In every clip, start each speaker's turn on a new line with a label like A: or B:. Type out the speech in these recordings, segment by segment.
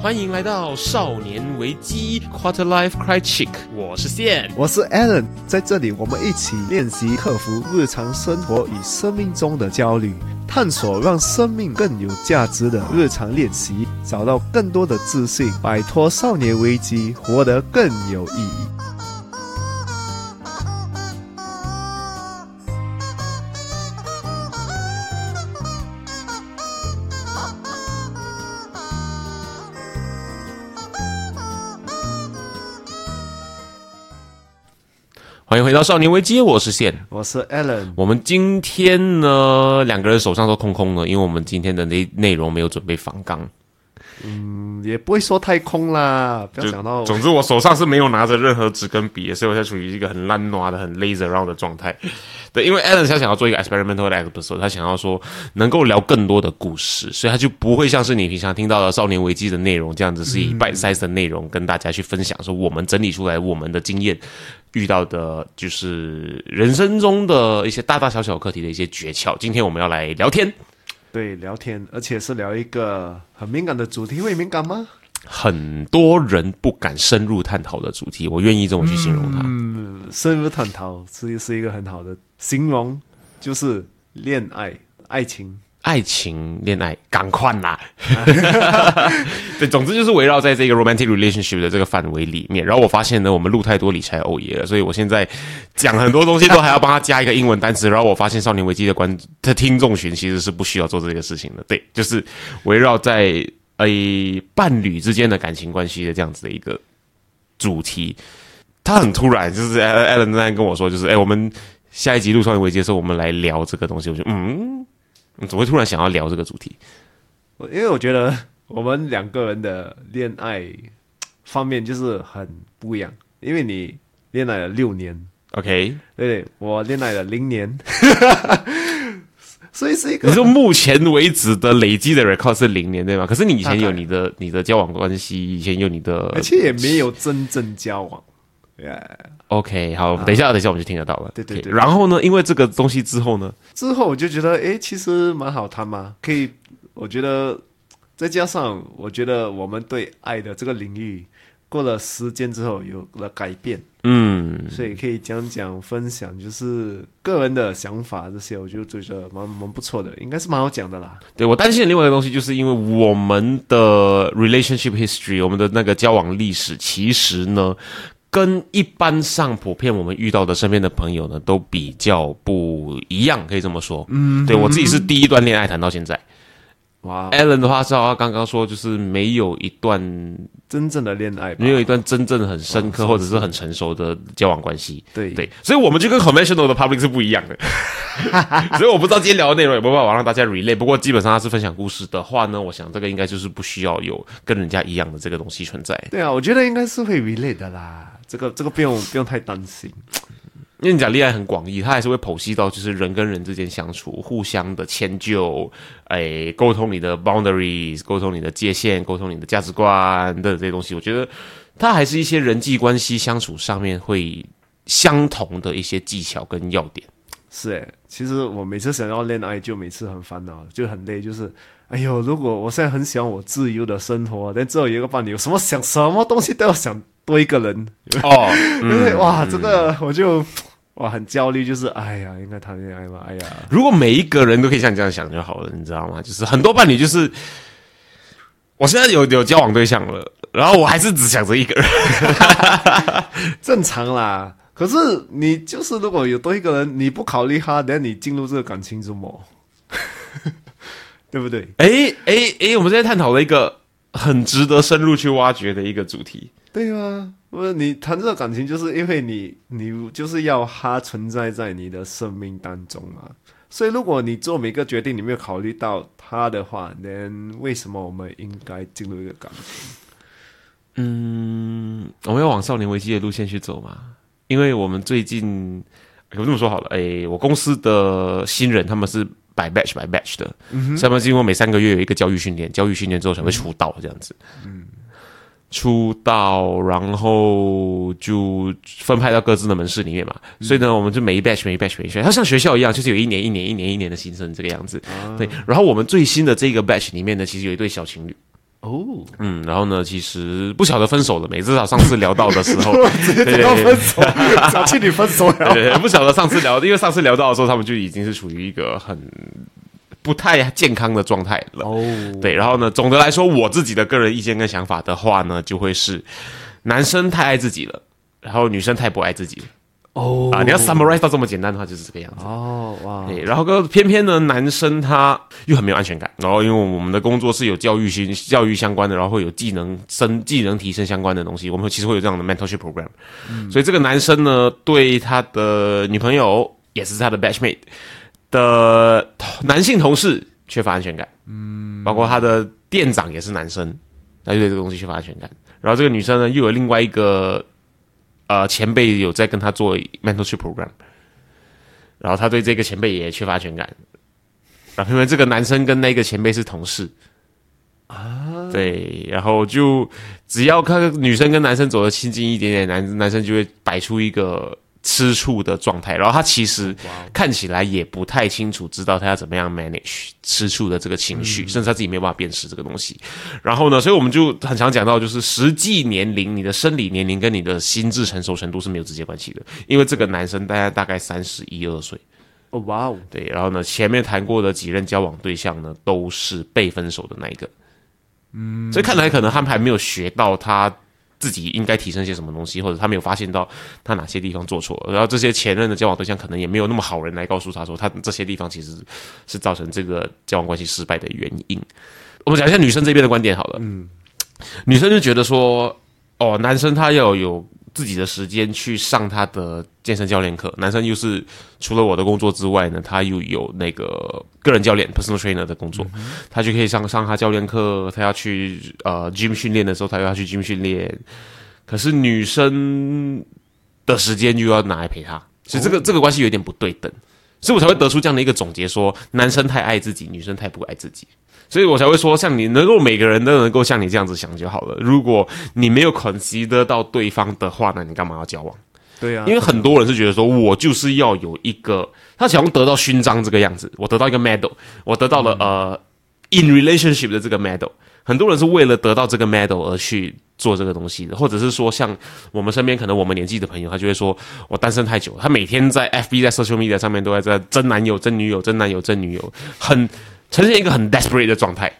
A: 欢迎来到少年危机 Quarter Life Cry Chick，我是线。
B: 我是 Alan，在这里我们一起练习克服日常生活与生命中的焦虑，探索让生命更有价值的日常练习，找到更多的自信，摆脱少年危机，活得更有意义。
A: 欢迎回到少年危机，我是线。
B: 我是 Alan，
A: 我们今天呢，两个人手上都空空的，因为我们今天的内内容没有准备仿纲。
B: 嗯也不会说太空啦，不要
A: 就
B: 想到
A: 总之我手上是没有拿着任何纸跟笔，所以我现在处于一个很烂惰的、很 lazy around 的状态。对，因为 Alan 他想要做一个 experimental episode，他想要说能够聊更多的故事，所以他就不会像是你平常听到的《少年危机》的内容这样子，是
B: 嗯
A: 以 bite size 的内容跟大家去分享，说我们整理出来我们的经验。遇到的就是人生中的一些大大小小课题的一些诀窍。今天我们要来聊天，
B: 对聊天，而且是聊一个很敏感的主题，会敏感吗？
A: 很多人不敢深入探讨的主题，我愿意这么去形容
B: 嗯
A: 它。
B: 深入探讨是是一个很好的形容，就是恋爱、爱情。
A: 爱情、恋爱，赶快啦！ 对，总之就是围绕在这个 romantic relationship 的这个范围里面。然后我发现呢，我们录太多理财欧耶了，所以我现在讲很多东西都还要帮他加一个英文单词。然后我发现少年危机的观的听众群其实是不需要做这个事情的。对，就是围绕在呃伴侣之间的感情关系的这样子的一个主题。他很突然，就是 Alan 那天跟我说，就是哎、我们下一集录少年危机的时候，我们来聊这个东西。我就嗯。你怎么会突然想要聊这个主题？
B: 我因为我觉得 我们两个人的恋爱方面就是很不一样，因为你恋爱了六年，
A: OK，
B: 对不对？我恋爱了零年， 所以是一
A: 你
B: 个
A: 说目前为止的累积的 record 是零年对吗？可是你以前有
B: 大概
A: 你的你的交往关系，以前有你的
B: 而且也没有真正交往。哎
A: OK，好，等一下等一下我们就听得到了。
B: 啊对对
A: OK，
B: 对
A: 然后呢，因为这个东西之后呢，
B: 之后我就觉得，诶，其实蛮好谈嘛，可以，我觉得再加上我觉得我们对爱的这个领域。过了时间之后有了改变，
A: 嗯，
B: 所以可以讲讲分享，就是个人的想法这些，我就觉得蛮蛮不错的，应该是蛮好讲的啦。
A: 对我担心的另外一个东西，就是因为我们的 relationship history，我们的那个交往历史，其实呢，跟一般上普遍我们遇到的身边的朋友呢，都比较不一样，可以这么说。嗯，对我自己是第一段恋爱谈到现在。
B: 哇，
A: Alan 的话是他刚刚说，就是没有一段
B: 真正的恋爱吧
A: 没有一段真正很深刻或者啊是很嗯成熟的交往关系。
B: 对
A: 对，所以我们就跟 conventional 的 public 是不一样 的。所以我不知道今天聊的内容有没有办法让大家 relate。不过基本上他是分享故事的话呢，我想这个应该就是不需要有跟人家一样的这个东西存在。
B: 对啊，我觉得应该是会 relate 的啦，这个这个不用不用太担心。
A: 因为你讲恋爱很广义，它还是会剖析到就是人跟人之间相处，互相的迁就，哎，沟通你的 boundaries，沟通你的界限，沟通你的价值观的这些东西，我觉得它还是一些人际关系相处上面会相同的一些技巧跟要点。
B: 是诶，其实我每次想要恋爱，就每次很烦恼，就很累，就是哎呦，如果我现在很喜欢我自由的生活，但只有一个伴侣，有什么想什么东西都要想多一个人，
A: 哦，
B: 因为、哇，这
A: 嗯
B: 个我就哇很焦虑，就是哎呀，应该谈恋爱嘛，哎呀，
A: 如果每一个人都可以像你这样想就好了，你知道吗？就是很多伴侣就是，我现在有有交往对象了，然后我还是只想着一个人。
B: 正常啦。可是你就是如果有多一个人，你不考虑他，等下你进入这个感情中么？ 对不对？
A: 诶诶诶，我们现在探讨了一个很值得深入去挖掘的一个主题。
B: 对啊，不是你谈这个感情，就是因为你你就是要它存在在你的生命当中嘛。所以如果你做每个决定，你没有考虑到它的话，那为什么我们应该进入一个感情？
A: 嗯，我们要往少年危机的路线去走嘛，因为我们最近，哎我这么说好了，诶，我公司的新人他们是。百 batch 百 batch 的，所以他们经过每三个月有一个教育训练，教育训练之后才会出道这样子。嗯，出道，然后就分派到各自的门市里面嘛。所以呢，我们就每一 batch 每一 batch 每一 batch，它像学校一样，就是有一年一年一年一年的新生这个样子。对，然后我们最新的这个 batch 里面呢，其实有一对小情侣。
B: 哦，
A: 嗯，然后呢，其实不晓得分手了没？至少上次聊到的时候，对对
B: 不要分手， 早去你分手了。
A: 对，不晓得上次聊，因为上次聊到的时候，他们就已经是处于一个很不太健康的状态了。
B: 哦，
A: 对，然后呢，总的来说，我自己的个人意见跟想法的话呢，就会是男生太爱自己了，然后女生太不爱自己了
B: 哦，
A: 啊。你要 summarize 到这么简单的话，就是这个样子。
B: 哦，哇，
A: 对，然后个偏偏呢，男生他又很没有安全感，然后因为我们的工作是有教育性、教育相关的，然后会有技能升、技能提升相关的东西，我们其实会有这样的 mentorship program，、所以这个男生呢，对他的女朋友也是他的 batchmate 的男性同事缺乏安全感，嗯，包括他的店长也是男生，他就对这个东西缺乏安全感，然后这个女生呢，又有另外一个呃前辈有在跟他做 mentorship program。然后他对这个前辈也缺乏安全感。然后因为这个男生跟那个前辈是同事啊，对，然后就只要看女生跟男生走的亲近一点点，男男生就会摆出一个吃醋的状态。然后他其实看起来也不太清楚，知道他要怎么样 manage 吃醋的这个情绪，甚至他自己没有办法辨识这个东西。然后呢，所以我们就很常讲到，就是实际年龄、你的生理年龄跟你的心智成熟程度是没有直接关系的，因为这个男生大概大概三十一二岁。
B: 哦，哇哦，
A: 对，然后呢，前面谈过的几任交往对象呢，都是被分手的那一个。嗯，所以看来可能他们还没有学到他自己应该提升些什么东西，或者他没有发现到他哪些地方做错了。然后这些前任的交往对象可能也没有那么好人来告诉他说，他这些地方其实是造成这个交往关系失败的原因。我们讲一下女生这边的观点好了。嗯，女生就觉得说，哦，男生他要有自己的时间去上他的健身教练课，男生又是除了我的工作之外呢，他又有那个个人教练 （personal trainer） 的工作，他就可以上上他教练课，他要去呃 gym 训练的时候，他又要去 gym 训练。可是女生的时间又要拿来陪他，所以这个、这个关系有点不对等，所以我才会得出这样的一个总结说男生太爱自己，女生太不爱自己。所以我才会说，像你能够每个人都能够像你这样子想就好了。如果你没有 consider 到对方的话呢，你干嘛要交往？
B: 对啊，
A: 因为很多人是觉得说，我就是要有一个，他想要得到勋章这个样子，我得到一个 medal，我得到
B: 嗯
A: 了、呃 in relationship 的这个 medal。很多人是为了得到这个 medal 而去做这个东西的，或者是说，像我们身边可能我们年纪的朋友，他就会说，我单身太久了，他每天在 FB 在 social media 上面都在在真男友、真女友、真男友、真女友，很呈现一个很 desperate 的状态。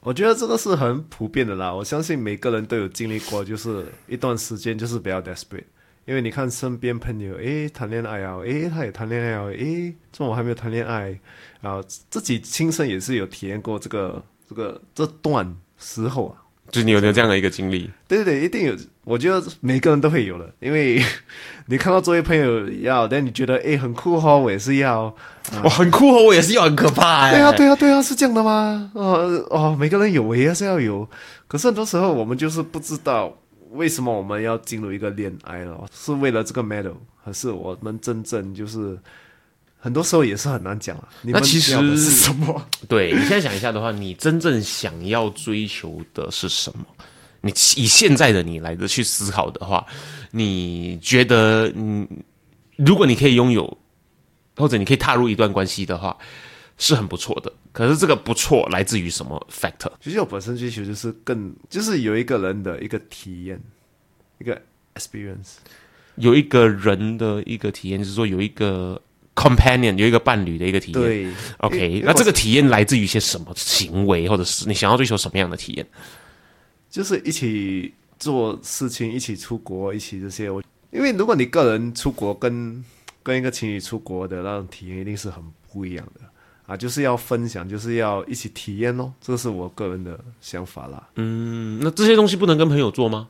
B: 我觉得这个是很普遍的啦，我相信每个人都有经历过，就是一段时间就是比较 desperate，因为你看身边朋友，诶，谈恋爱啊，诶，他也谈恋爱啊，诶，这我还没有谈恋爱，然后自己亲身也是有体验过这个这个这段时候啊，
A: 就是你有没有这样的一个经历？
B: 对对对，一定有，我觉得每个人都会有的，因为 你看到周围朋友要，但你觉得诶很酷哦，我也是要，
A: 哇，很酷哦，我也是要很可怕哎、
B: 对啊，对啊，对啊，是这样的吗？哦哦，每个人有，我也是要有。可是很多时候我们就是不知道为什么我们要进入一个恋爱了，是为了这个 medal，还是我们真正就是很多时候也是很难讲啊。你们
A: 那其实
B: 要的是什么？
A: 对你现在想一下的话，你真正想要追求的是什么？你以现在的你来的去思考的话，你觉得，嗯，如果你可以拥有，或者你可以踏入一段关系的话，是很不错的。可是这个不错来自于什么 factor？
B: 其实我本身追求就是更，就是有一个人的一个体验，一个 experience。
A: 有一个人的一个体验，就是说有一个 companion，有一个伴侣的一个体验。
B: 对因为
A: OK，那
B: 我
A: 这个体验来自于一些什么行为，或者是你想要追求什么样的体验？
B: 就是一起做事情，一起出国，一起这些。我因为如果你个人出国跟跟一个情侣出国的那种体验，一定是很不一样的啊！就是要分享，就是要一起体验哦，这是我个人的想法啦。
A: 嗯，那这些东西不能跟朋友做吗？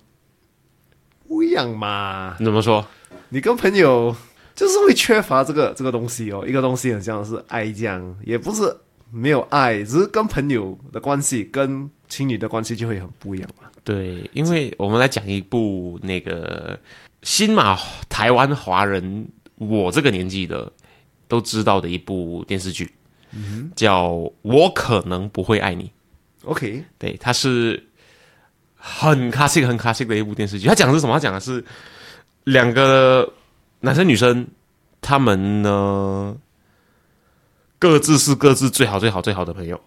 B: 不一样嘛，
A: 你怎么说？
B: 你跟朋友就是会缺乏这个这个东西哦，一个东西很像是爱这样，也不是没有爱，只是跟朋友的关系跟情侣的关系就会很不一样嘛。
A: 对，因为我们来讲一部那个新马台湾华人，我这个年纪的都知道的一部电视剧，叫《我可能不会爱你》。
B: OK，
A: 对，它是很 classic 很 classic 的一部电视剧。它讲的是什么？它讲的是两个男生女生，他们呢各自是各自最好最好最好的朋友，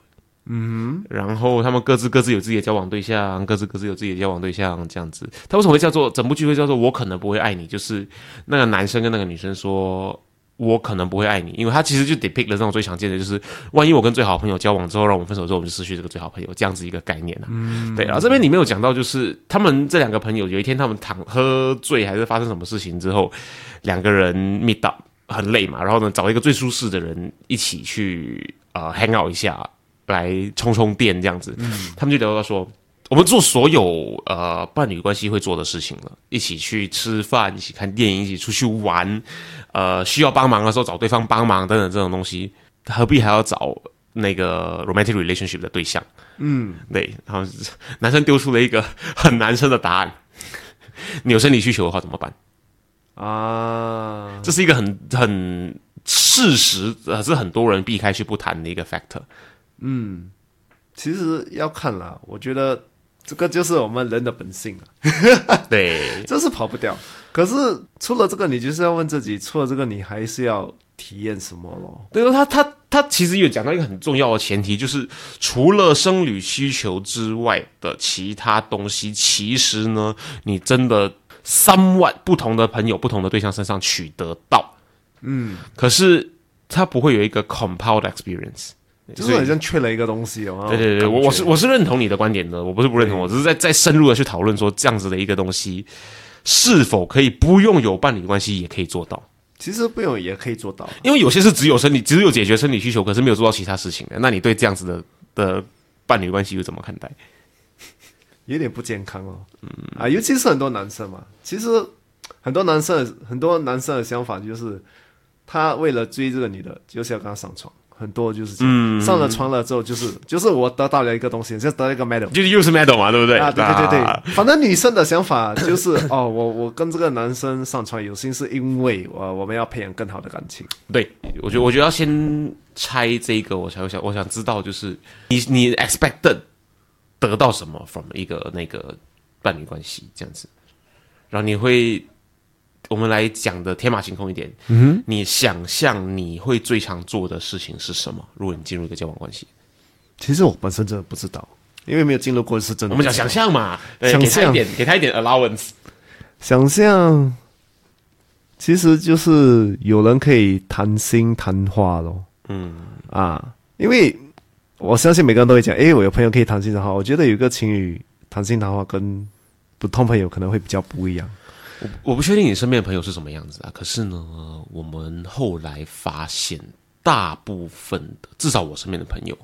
B: 嗯
A: 然后他们各自各自有自己的交往对象，各自各自有自己的交往对象，这样子。他为什么会叫做整部剧会叫做“我可能不会爱你”？就是那个男生跟那个女生说“我可能不会爱你”，因为他其实就 depict 了这种最常见的，就是万一我跟最好朋友交往之后，让我们分手之后，我们就失去这个最好朋友，这样子一个概念啊。对。然后这边里面有讲到，就是他们这两个朋友有一天他们躺喝醉还是发生什么事情之后，两个人 meet up 很累嘛，然后呢找一个最舒适的人一起去呃 hang out 一下，来充充电这样子。他们就聊到说，我们做所有呃伴侣关系会做的事情了，一起去吃饭，一起看电影，一起出去玩，呃，需要帮忙的时候找对方帮忙等等这种东西，何必还要找那个 romantic relationship 的对象？嗯，对。然后男生丢出了一个很男生的答案。 你有生理需求的话怎么办？
B: 啊，
A: 这是一个很很事实，呃，是很多人避开去不谈的一个 factor。
B: 其实要看啦，我觉得这个就是我们人的本性啊，
A: 对，
B: 这是跑不掉。可是除了这个，你就是要问自己，除了这个，你还是要体验什么咯？
A: 对，他他他其实有讲到一个很重要的前提，就是除了生理需求之外的其他东西，其实呢，你真的三万不同的朋友、不同的对象身上取得到，嗯，可是它不会有一个 compound experience。
B: 就是好像缺了一个东西哦。
A: 对对对，我我是我是认同你的观点的，我不是不认同，我只是在在深入的去讨论说这样子的一个东西是否可以不用有伴侣关系也可以做到。
B: 其实不用也可以做到。
A: 因为有些是只有生理，只有解决生理需求，可是没有做到其他事情的。那你对这样子的的伴侣关系又怎么看待？
B: 有点不健康哦。嗯啊，尤其是很多男生嘛，其实很多男生的很多男生的想法就是，他为了追这个女的，就是要跟她上床。很多就是这样，
A: 嗯
B: 上了床了之后，就是就是我得到了一个东西，就得到一个 medal
A: 就是又是 medal 嘛，对不对？
B: 啊，对对对
A: 啊
B: 对，反正女生的想法就是 哦，我我跟这个男生上床有心是因为呃我我们要培养更好的感情，
A: 对，我觉得我觉得要先拆这个，我才会想，我想知道就是你你 expected 得到什么 from 一个那个伴侣关系这样子，然后你会我们来讲的天马行空一点，嗯，你想象你会最常做的事情是什么？如果你进入一个交往关系，
B: 其实我本身真的不知道，因为没有进入过是真的
A: 我们讲想象嘛，对
B: 想
A: 给他一
B: 象
A: 点，给他一点 allowance。
B: 想象，其实就是有人可以谈心谈话咯。嗯啊，因为我相信每个人都会讲，诶，我有朋友可以谈心谈话。我觉得有一个情侣谈心谈话跟普通朋友可能会比较不一样。
A: 我不确定你身边的朋友是什么样子啊，可是呢，我们后来发现，大部分的，至少我身边的朋友，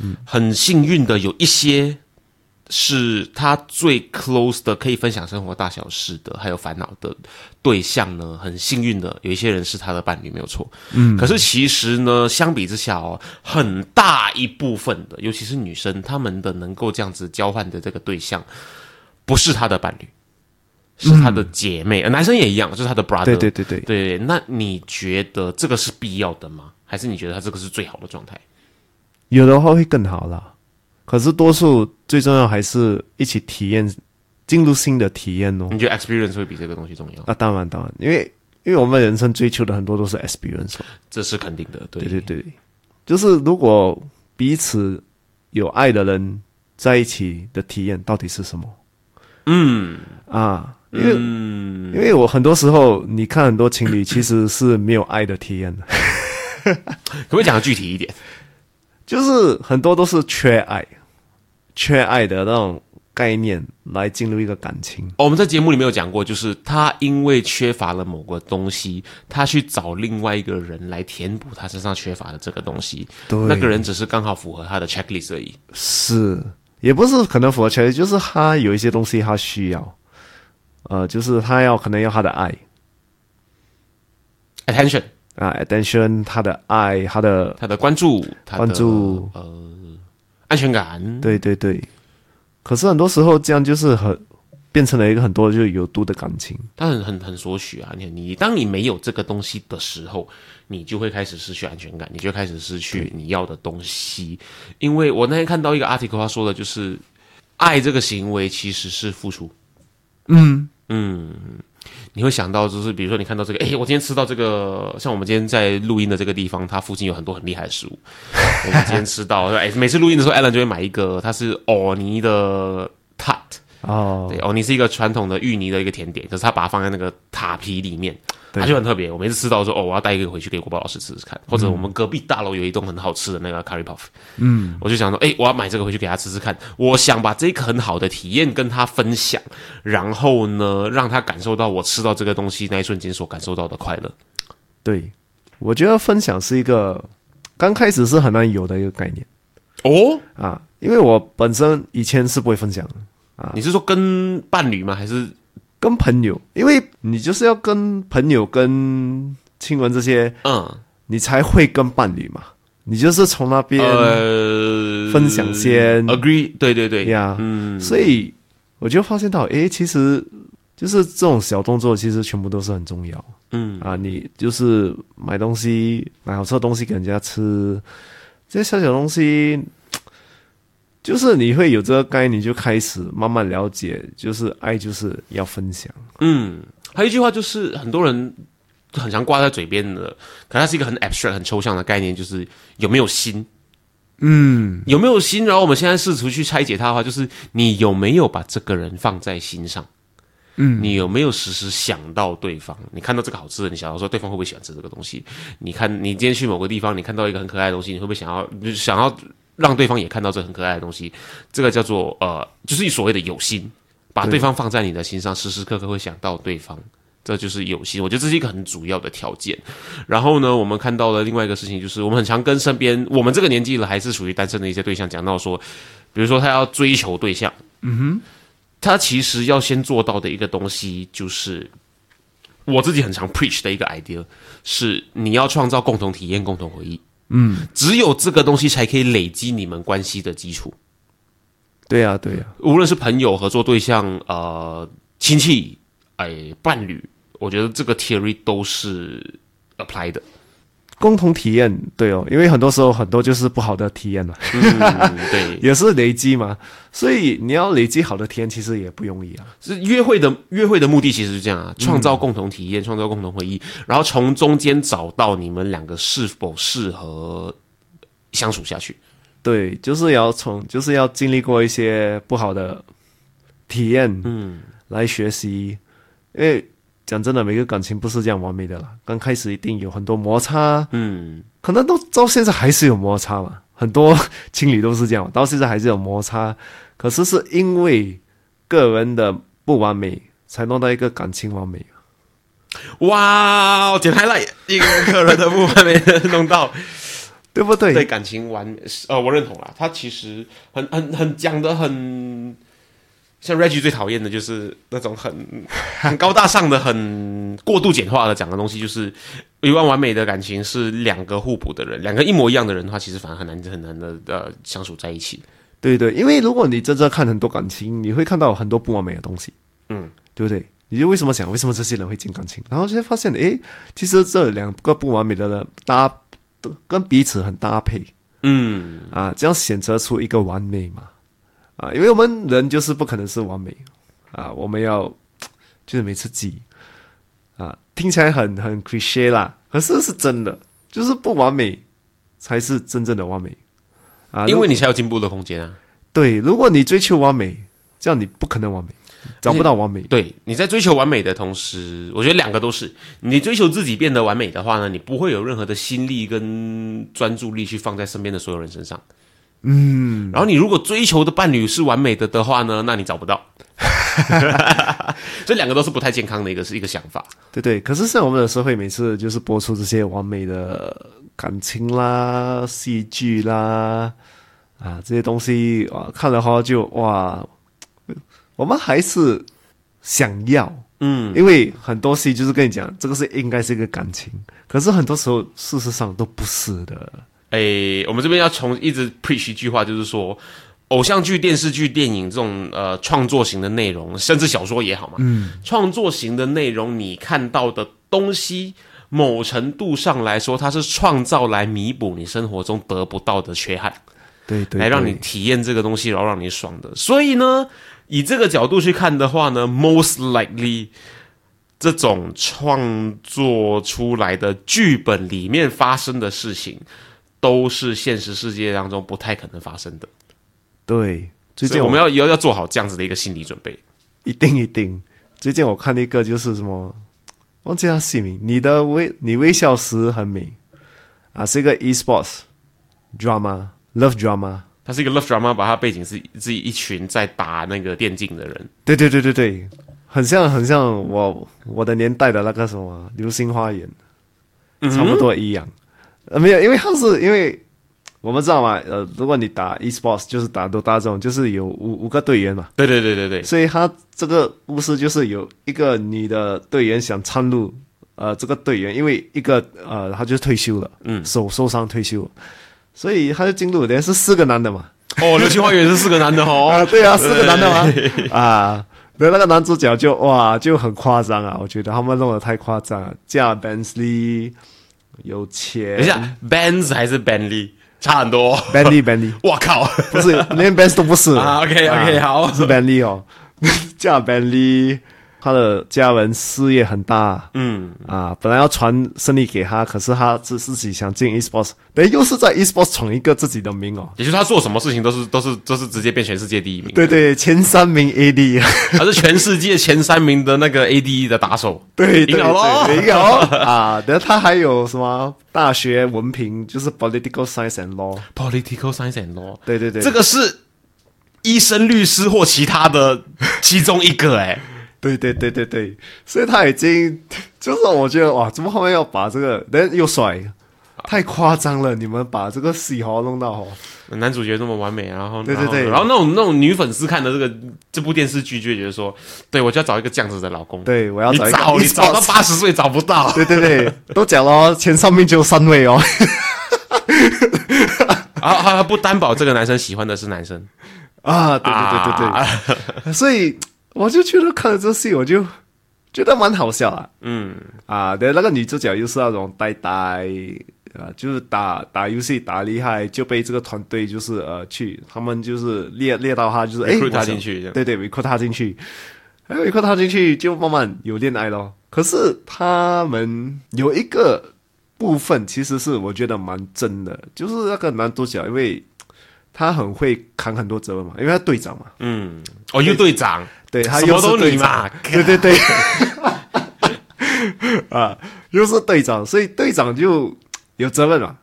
A: 嗯，很幸运的有一些是他最 close 的，可以分享生活大小事的，还有烦恼的对象呢，很幸运的有一些人是他的伴侣，没有错，嗯，可是其实呢，相比之下哦，很大一部分的，尤其是女生，她们的能够这样子交换的这个对象，不是她的伴侣。是她的姐妹，呃男生也一样，就是她的 brother。
B: 嗯啊对对对对，
A: 对，那你觉得这个是必要的吗？还是你觉得他这个是最好的状态？
B: 有的话会更好啦。可是多数最重要还是一起体验，进入新的体验哦。
A: 你觉得 experience 会比这个东西重要？
B: 啊，当然当然，因为因为我们人生追求的很多都是 experience 哦。
A: 这是肯定的，对
B: 对对对，就是如果彼此有爱的人在一起的体验到底是什么？嗯啊，因为、因为我很多时候你看很多情侣其实是没有爱的体验的，
A: 可不可以讲的具体一点？
B: 就是很多都是缺爱，缺爱的那种概念来进入一个感情。
A: 哦我们在节目里面有讲过，就是他因为缺乏了某个东西，他去找另外一个人来填补他身上缺乏的这个东西。
B: 对
A: 那个人只是刚好符合他的 checklist 而已。
B: 是，也不是可能符合权利，就是他有一些东西他需要，呃，就是他要可能要他的爱，
A: Attention，
B: 啊，attention，他的爱，他的
A: 他的关注，他的
B: 关注，
A: 安全感。
B: 对对对。可是很多时候这样就是很变成了一个很多就是有毒的感情，
A: 他很很很索取啊！你你当你没有这个东西的时候，你就会开始失去安全感，你就会开始失去你要的东西。因为我那天看到一个 article，他说的就是，爱这个行为其实是付出。嗯嗯，你会想到就是比如说你看到这个，哎、我今天吃到这个，像我们今天在录音的这个地方，它附近有很多很厉害的食物。我们今天吃到，哎、每次录音的时候，Alan 就会买一个，它是藕泥的 tart。
B: 哦，
A: 对，藕泥是一个传统的芋泥的一个甜点，可是他把它放在那个塔皮里面，
B: 对
A: 它就很特别。我每次吃到说，哦，我要带一个回去给国宝老师吃吃看，或者我们隔壁大楼有一栋很好吃的那个 curry puff，嗯，我就想说，哎、我要买这个回去给他吃吃看。我想把这个很好的体验跟他分享，然后呢，让他感受到我吃到这个东西那一瞬间所感受到的快乐。
B: 对，我觉得分享是一个刚开始是很难有的一个概念
A: 哦，
B: 啊，因为我本身以前是不会分享的，
A: 你是说跟伴侣吗？还是
B: 跟朋友，因为你就是要跟朋友、跟亲人这些，
A: 嗯
B: 你才会跟伴侣嘛，你就是从那边、
A: 呃
B: 分享先
A: Um， ？Agree，对对对，
B: 呀，
A: 嗯，
B: 所以我就发现到，诶，其实就是这种小动作，其实全部都是很重要。
A: 嗯
B: 啊，你就是买东西，买好吃的东西给人家吃，这些小小东西，就是你会有这个概念，你就开始慢慢了解，就是爱就是要分享。
A: 嗯，还有一句话就是很多人很常挂在嘴边的，可它是一个很 abstract、很抽象的概念，就是有没有心。嗯，有没有心？然后我们现在试图去拆解它的话，就是你有没有把这个人放在心上？嗯，你有没有时时想到对方？你看到这个好吃的，你想要说对方会不会喜欢吃这个东西？你看，你今天去某个地方，你看到一个很可爱的东西，你会不会想要就是想要让对方也看到这很可爱的东西？这个叫做呃，就是所谓的有心，把对方放在你的心上，时时刻刻会想到对方，这就是有心。我觉得这是一个很主要的条件。然后呢，我们看到了另外一个事情，就是我们很常跟身边我们这个年纪了还是属于单身的一些对象讲到说，比如说他要追求对象，嗯哼，他其实要先做到的一个东西就是。我自己很常 preach 的一个 idea 是，你要创造共同体验、共同回忆。嗯，只有这个东西才可以累积你们关系的基础。
B: 对
A: 啊
B: 呀、对呀、啊
A: 无论是朋友、合作对象、呃亲戚、哎伴侣，我觉得这个 theory 都是 apply 的。
B: 共同体验，对哦，因为很多时候很多就是不好的体验嘛，啊
A: 嗯，对，
B: 也是累积嘛，所以你要累积好的体验其实也不容易啊。
A: 是约会的约会的目的其实是这样啊，创造共同体验，创造共同回忆，然后从中间找到你们两个是否适合相处下去。
B: 对，就是要从就是要经历过一些不好的体验，嗯，来学习。因为讲真的，每个感情不是这样完美的啦，刚开始一定有很多摩擦，
A: 嗯，
B: 可能都到现在还是有摩擦嘛。很多 情侣都是这样，到现在还是有摩擦，可是是因为个人的不完美，才弄到一个感情完美。
A: 哇，哦剪 highlight 一个个人的部分没弄到。
B: 对不对？
A: 对感情完美，是呃，我认同啦。他其实很很很讲的很，像 Reggie 最讨厌的就是那种很很高大上的、很过度简化的讲的东西，就是一万完美的感情是两个互补的人，两个一模一样的人的话，其实反而很难很难的呃相处在一起。
B: 对对，因为如果你真正看很多感情，你会看到很多不完美的东西，
A: 嗯，
B: 对不对？你就为什么想为什么这些人会进感情，然后就会发现，诶，其实这两个不完美的人搭都跟彼此很搭配
A: 嗯，
B: 啊，这样选择出一个完美嘛啊，因为我们人就是不可能是完美啊，我们要就是每次记啊，听起来很很 cliche 啦，可是是真的，就是不完美才是真正的完美啊，
A: 因为你才有进步的空间啊。
B: 对，如果你追求完美，这样你不可能完美，找不到完美。
A: 对，你在追求完美的同时，我觉得两个都是。你追求自己变得完美的话呢，你不会有任何的心力跟专注力去放在身边的所有人身上。嗯，然后你如果追求的伴侣是完美的的话呢，那你找不到。 这两个都是不太健康的一个是一个想法。
B: 对对，可是像我们的社会，每次就是播出这些完美的感情啦、戏剧啦啊这些东西，哇，看了后就哇，我们还是想要，
A: 嗯，
B: 因为很多戏就是跟你讲，这个是应该是一个感情，可是很多时候事实上都不是的。
A: 诶，我们这边要从一直 preach 一句话，就是说，偶像剧、电视剧、电影这种呃创作型的内容，甚至小说也好嘛，嗯，创作型的内容，你看到的东西，某程度上来说，它是创造来弥补你生活中得不到的缺憾。
B: 对对对，
A: 来让你体验这个东西，然后让你爽的。所以呢，以这个角度去看的话呢，most likely 这种创作出来的剧本里面发生的事情，都是现实世界当中不太可能发生的。
B: 对，最
A: 所以
B: 近
A: 我们要要要做好这样子的一个心理准备。
B: 一定一定。最近我看了一个就是什么，忘记他姓名，你的微你微笑时很美啊，是一个 esports drama love drama。
A: 它是一个 love drama，把它背景是自己一群在打那个电竞的人，
B: 对对对对对，很像很像我我的年代的那个什么《流星花园》，差不多一样。呃，没有，因为它是因为我们知道嘛，呃，如果你打 esports 就是打 DOTA 这种，就是有五五个队员嘛，
A: 对对对对对，
B: 所以他这个故事就是有一个女的队员想参入，呃，这个队员因为一个呃，他就退休了，嗯，手受伤退休，所以他就进入连是四个男的嘛，
A: 哦，流星花园是四个男的哦，
B: 啊，对啊，四个男的 嘛，啊，那那个男主角就哇就很夸张啊，我觉得他们弄得太夸张了，嫁 Bensley 有钱，
A: 等一下，Benz 还是 Bentley，差很多、哦。
B: ，Bentley Bentley
A: 我 靠，
B: 不是连 Benz 都不是
A: 啊，OK，OK，好
B: 是 Bentley 哦， 嫁 Bentley，他的家人事业很大，
A: 嗯，
B: 啊，本来要传胜利给他，可是他自自己想进 esports，等于又是在 esports 闯一个自己的名哦。
A: 也就是他做什么事情都是都是都是直接变全世界第一名，
B: 对对，前三 名 AD，
A: 他是全世界前三名的那个 ADE 的打手，
B: 对对
A: 赢了咯
B: 对赢了咯啊！然后他还有什么大学文凭，就是 political science and law，
A: Political Science and Law，
B: 对对对，
A: 这个是医生、律师或其他的其中一个、哎，
B: 对对对对对，所以他已经 就是我觉得哇，怎么后面要把这个，然后又甩，太夸张了！你们把这个戏哦弄到哦，
A: 男主角那么完美，然后
B: 对对对
A: 然后然后那种那种女粉丝看的这个这部电视剧，就会觉得说，对我就要找一个这样子的老公，
B: 对我要
A: 你
B: 找一个
A: 找你
B: esports
A: 找到八十岁找不到，
B: 对对对，都讲了哦前三名只有三位哦。
A: 然后啊他不担保这个男生喜欢的是男生，
B: 啊，对对对对
A: 对对，
B: 对，所以我就觉得看了这戏，我就觉得蛮好笑啊
A: 嗯，
B: 啊！对，那个女主角又是那种呆呆啊，就是打打游戏打厉害，就被这个团队就是呃去，他们就是猎猎到她，就是哎，
A: recruit
B: 我
A: 她
B: 想
A: 进去这样
B: 对对，recruit 她进去，哎，recruit 她进去就慢慢有恋爱咯。可是他们有一个部分其实是我觉得蛮真的，就是那个男主角，因为他很会扛很多责任嘛，因为他队长嘛。
A: 嗯，哦，又队长，
B: 对他
A: 什
B: 又
A: 么
B: 是
A: 都
B: 队
A: 你
B: 长
A: 嘛，
B: 对对 对，啊，又是队长，所以队长就有责任嘛。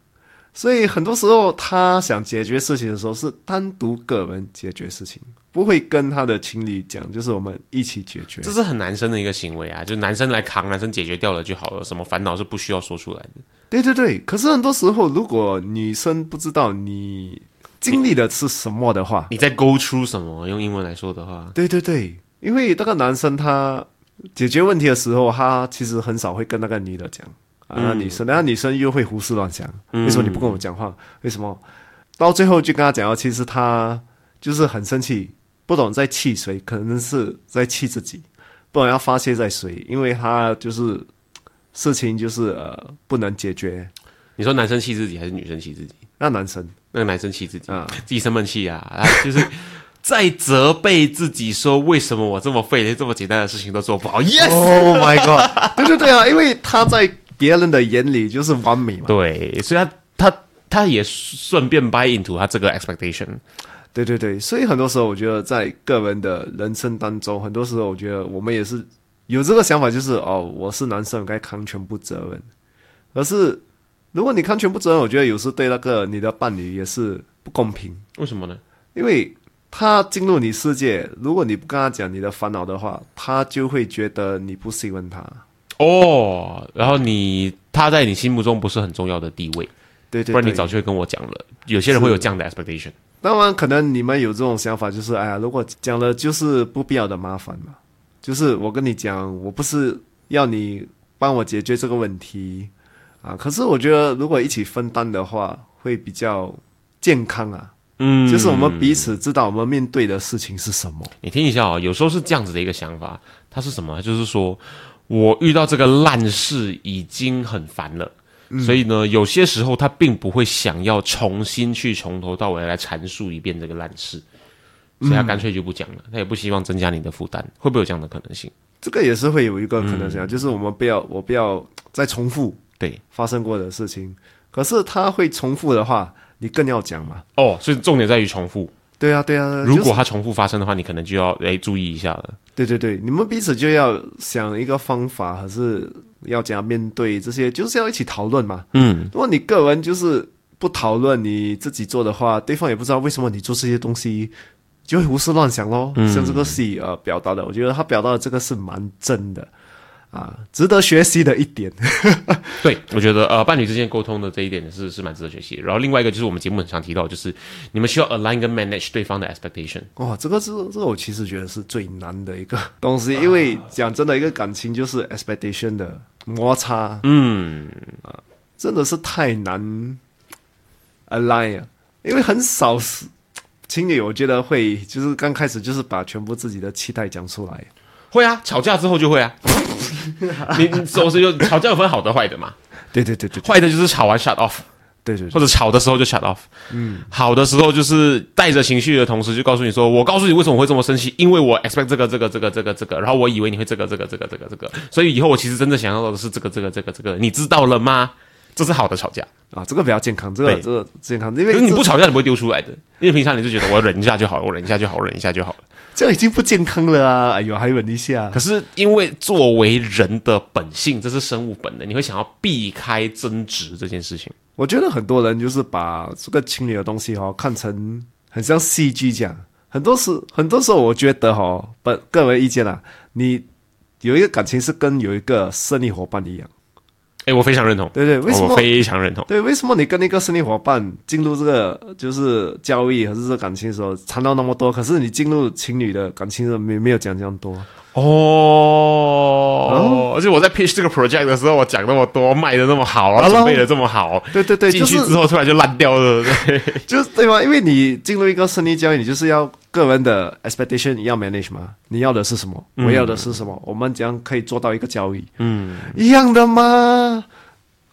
B: 所以很多时候他想解决事情的时候，是单独个人解决事情，不会跟他的情侣讲，就是我们一起解决。
A: 这是很男生的一个行为啊，就男生来扛，男生解决掉了就好了，什么烦恼是不需要说出来的。
B: 对对对，可是很多时候，如果女生不知道你经历的是什么的话，
A: 你在 go through 什么？用英文来说的话，
B: 对对对，因为那个男生他解决问题的时候，他其实很少会跟那个女的讲啊，那女生，那女生又会胡思乱想，为什么你不跟我讲话？为什么？到最后就跟他讲了，其实他就是很生气，不懂在气谁，可能是在气自己，不懂要发泄在谁，因为他就是事情就是呃不能解决，
A: 你说男生气自己还是女生气自己？
B: 那男生
A: 那个男生气自己，
B: 啊
A: 自己生闷气啊，啊就是 在责备自己说为什么我这么废，连这么简单的事情都做不好。Yes，、
B: ，Oh my god，对对对啊，因为他在别人的眼里就是完美嘛。
A: 对，所以他他他也顺便 buy into 他这个 expectation。
B: 对对对，所以很多时候我觉得在个人的人生当中，很多时候我觉得我们也是有这个想法，就是哦，我是男生，我该扛全部责任。可是如果你扛全部责任，我觉得有时对那个你的伴侣也是不公平，
A: 为什么呢？
B: 因为他进入你世界，如果你不跟他讲你的烦恼的话，他就会觉得你不信任他。
A: 哦、然后你他在你心目中不是很重要的地位，
B: 对对对，
A: 不然你早就会跟我讲了。有些人会有这样的 expectation。
B: 当然，可能你们有这种想法，就是哎呀，如果讲了就是不必要的麻烦嘛。就是我跟你讲，我不是要你帮我解决这个问题啊，可是我觉得如果一起分担的话，会比较健康啊。
A: 嗯
B: 就是我们彼此知道我们面对的事情是什么。
A: 你听一下哦，有时候是这样子的一个想法，它是什么？就是说我遇到这个烂事已经很烦了。所以呢，有些时候他并不会想要重新去从头到尾来阐述一遍这个烂事，所以他干脆就不讲了，他也不希望增加你的负担，会不会有这样的可能性？
B: 这个也是会有一个可能性啊，就是我们不要我不要再重复
A: 嗯对，
B: 发生过的事情。可是它会重复的话，你更要讲嘛。
A: 哦，所以重点在于重复。
B: 对啊，对啊。
A: 如
B: 就是
A: 果它重复发生的话，你可能就要哎注意一下了。
B: 对对对，你们彼此就要想一个方法，还是要怎样面对这些，就是要一起讨论嘛。
A: 嗯，
B: 如果你个人就是不讨论你自己做的话，对方也不知道为什么你做这些东西，就会胡思乱想咯。像这个戏呃表达的，我觉得他表达的这个是蛮真的啊，值得学习的一点。
A: 对，我觉得呃，伴侣之间沟通的这一点是是蛮值得学习的。然后另外一个就是我们节目很常提到，就是你们需要 align 跟 manage 对方的 expectation。
B: 哇，哦这个是这个我其实觉得是最难的一 个东西，因为讲真的，一个感情就是 expectation 的摩擦，啊
A: 嗯，
B: 真的是太难 align 啊，因为很少是情侣，我觉得会就是刚开始就是把全部自己的期待讲出来。
A: 会啊，吵架之后就会啊。你你总是有吵架有分好的坏的嘛，
B: 对对对对
A: 坏的就是吵完 shut off，
B: 对对对
A: 或者吵的时候就 shut off。嗯，好的时候就是带着情绪的同时，就告诉你说，我告诉你为什么我会这么生气，因为我 expect 这个这个这个这个这个，然后我以为你会这个这个这个这个这个，所以以后我其实真正想要的是这个这个这个这个，你知道了吗？这是好的吵架，
B: 啊，这个比较健康，这个
A: 对
B: 这个健康，因
A: 可
B: 为
A: 是你
B: 这
A: 不吵架你不会丢出来的，因为平常你就觉得我忍一下就好，我忍一下就好，忍一下就好了。
B: 这样已经不健康了啊！哎呦，还忍一下
A: 可是因为作为人的本性，这是生物本能，你会想要避开争执这件事情。
B: 我觉得很多人就是把这个情侣的东西哦看成很像戏剧这样。很多时很多时候，我觉得哦，本个人意见啊，你有一个感情是跟有一个生意伙伴一样，
A: 哎，我非常认同，
B: 对不对？为什
A: 我
B: 么？
A: 非常认同。
B: 对，为什么你跟一个生意伙伴进入这个就是交易还是这个感情的时候谈到那么多，可是你进入情侣的感情的时候没没有讲这样多？
A: 哦，而且我在 pitch 这个 project 的时候，我讲那么多，卖的那么好，然后
B: 好咯
A: 准备的这么好，
B: 对对对，
A: 进去
B: 就是
A: 之后突然就烂掉 了，对不对
B: 就是对吗？因为你进入一个生意交易，你就是要个人的 expectation 你要 manage 嘛，你要的是什么，我要的是什么，我们怎样可以做到一个交易？
A: 嗯，
B: 一样的嘛，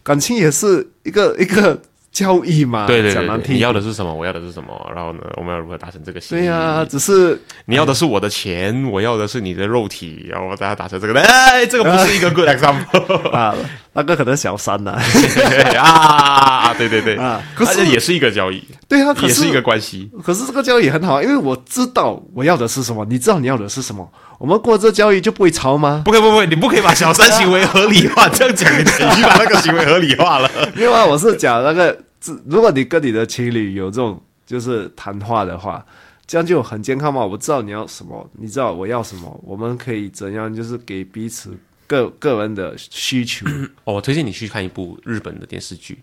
B: 感情也是一个 一个交易嘛，
A: 对对
B: 讲
A: 对
B: 难
A: 对，
B: 听，
A: 你要的是什么？我要的是什么？然后呢，我们要如何达成这个心
B: 对
A: 意？
B: 呀、只是
A: 你要的是我的钱，我要的是你的肉体，然后大家达成这个，哎，这个不是一个 good example
B: 啊，那个可能小三呐、
A: 啊，对对对，
B: 啊可
A: 可
B: 是
A: 是也是一个交易，
B: 对啊，可
A: 也是
B: 是
A: 一个关系，
B: 可是这个交易很好，因为我知道我要的是什么，你知道你要的是什么，我们过这交易就不会吵吗？
A: 不可以不可以，你不可以把小三行为合理化，这样讲你已经把那个行为合理化了。
B: 另外，我是讲那个，自如果你跟你的情侣有这种就是谈话的话，这样就很健康嘛。我知道你要什么，你知道我要什么，我们可以怎样，就是给彼此个个人的需求。
A: 哦，我推荐你去看一部日本的电视剧，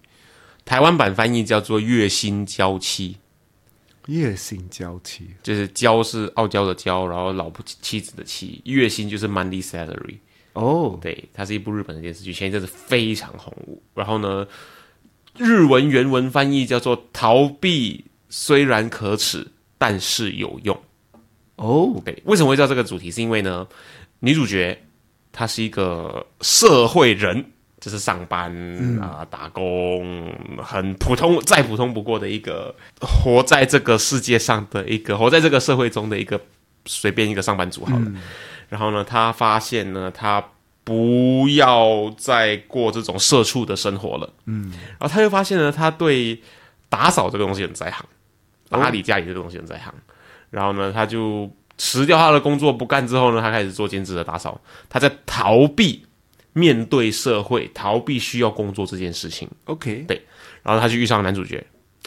A: 台湾版翻译叫做《月薪娇妻
B: 夜性交期》，
A: 就是“娇”是傲娇的“娇”，然后老婆妻子的“妻”，月薪就是 monthly salary。
B: 哦，
A: 对，它是一部日本的电视剧，前一阵子非常红。然后呢，日文原文翻译叫做“逃避虽然可耻，但是有用”。
B: 哦，
A: 对，为什么会叫这个主题？是因为呢，女主角她是一个社会人，就是上班啊、打工，很普通，再普通不过的一个活在这个世界上的一个活在这个社会中的一个随便一个上班族好了。然后呢，她发现呢，她不要再过这种社畜的生活了。嗯，然后她又发现呢，她对打扫这个东西很在行，打理家里这个东西很在行。然后呢，她就辞掉他的工作不干之后呢，他开始做兼职的打扫，他在逃避面对社会，逃避需要工作这件事情。
B: ，OK，
A: 然后他就遇上男主角，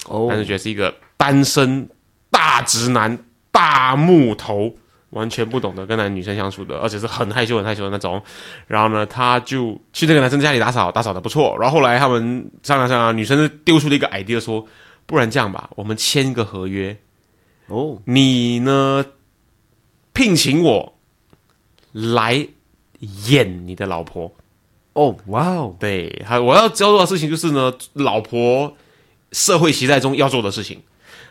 B: 哦
A: 男主角是一个单身大直男、大木头，完全不懂得跟男女生相处的，而且是很害羞、很害羞的那种。然后呢，他就去那个男生家里打扫，打扫的不错。然后后来他们商量商量，女生就丢出了一个 idea 说，不然这样吧，我们签一个合约，
B: 哦，
A: 你呢聘请我来演你的老婆。
B: 哦，哇哦，
A: 对，还我要教做的事情就是呢，老婆社会期待中要做的事情，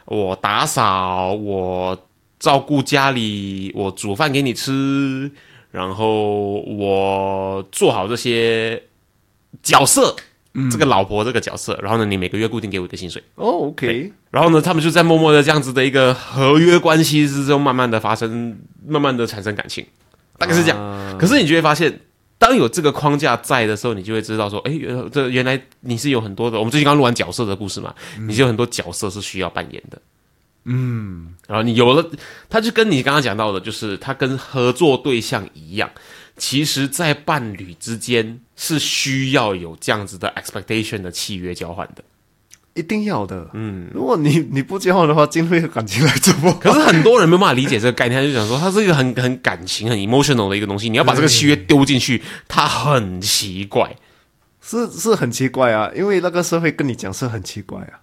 A: 我打扫，我照顾家里，我煮饭给你吃，然后我做好这些角色，这个老婆这个角色，然后呢，你每个月固定给我一个薪水。
B: 哦，OK，
A: 然后呢，他们就在默默的这样子的一个合约关系之中，慢慢的发生，慢慢的产生感情。大概是这样。可是你就会发现，当有这个框架在的时候，你就会知道说，哎，原这原来你是有很多的。我们最近刚录完角色的故事嘛，你就有很多角色是需要扮演的。嗯，然后你有了，他就跟你刚刚讲到的，就是他跟合作对象一样，其实，在伴侣之间是需要有这样子的 expectation 的契约交换的。
B: 一定要的。嗯，如果你你不交换的话，进入一个感情来怎么？
A: 可是很多人没有办法理解这个概念，他就想说，它是一个很很感情、很 emotional 的一个东西，你要把这个契约丢进去，它很奇怪。
B: 是是很奇怪啊，因为那个社会跟你讲是很奇怪啊。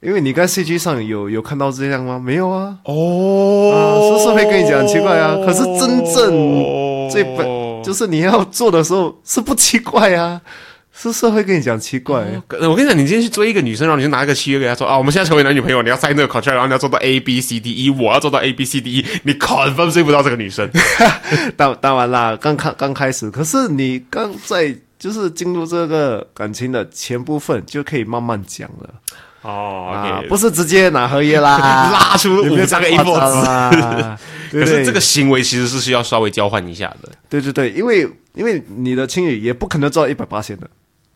B: 因为你在戏剧上有有看到这样吗？没有啊，
A: 哦
B: 啊，是社会跟你讲很奇怪啊。可是真正最本
A: 哦
B: 就是你要做的时候是不奇怪啊，是社会跟你讲奇怪。
A: 呃我跟你讲，你今天去追一个女生，然后你就拿一个契约给她说啊，我们现在成为男女朋友，你要 sign 这个 contract，然后你要做到 A B C D E，我要做到 A B C D E，你 confirm 追不到这个女生。
B: 当当然啦，刚开刚开始，可是你刚在就是进入这个感情的前部分，就可以慢慢讲了、
A: 哦
B: 啊，
A: ，OK，
B: 不是直接拿荷叶啦，
A: 拉出
B: 有没有
A: 五张
B: 这么夸
A: A4
B: 张
A: 纸。
B: 啦？对
A: 可
B: 不对
A: 是这个行为其实是需要稍微交换一下的。
B: 对对对，因为因为你的情侣也不可能做到一百八千的，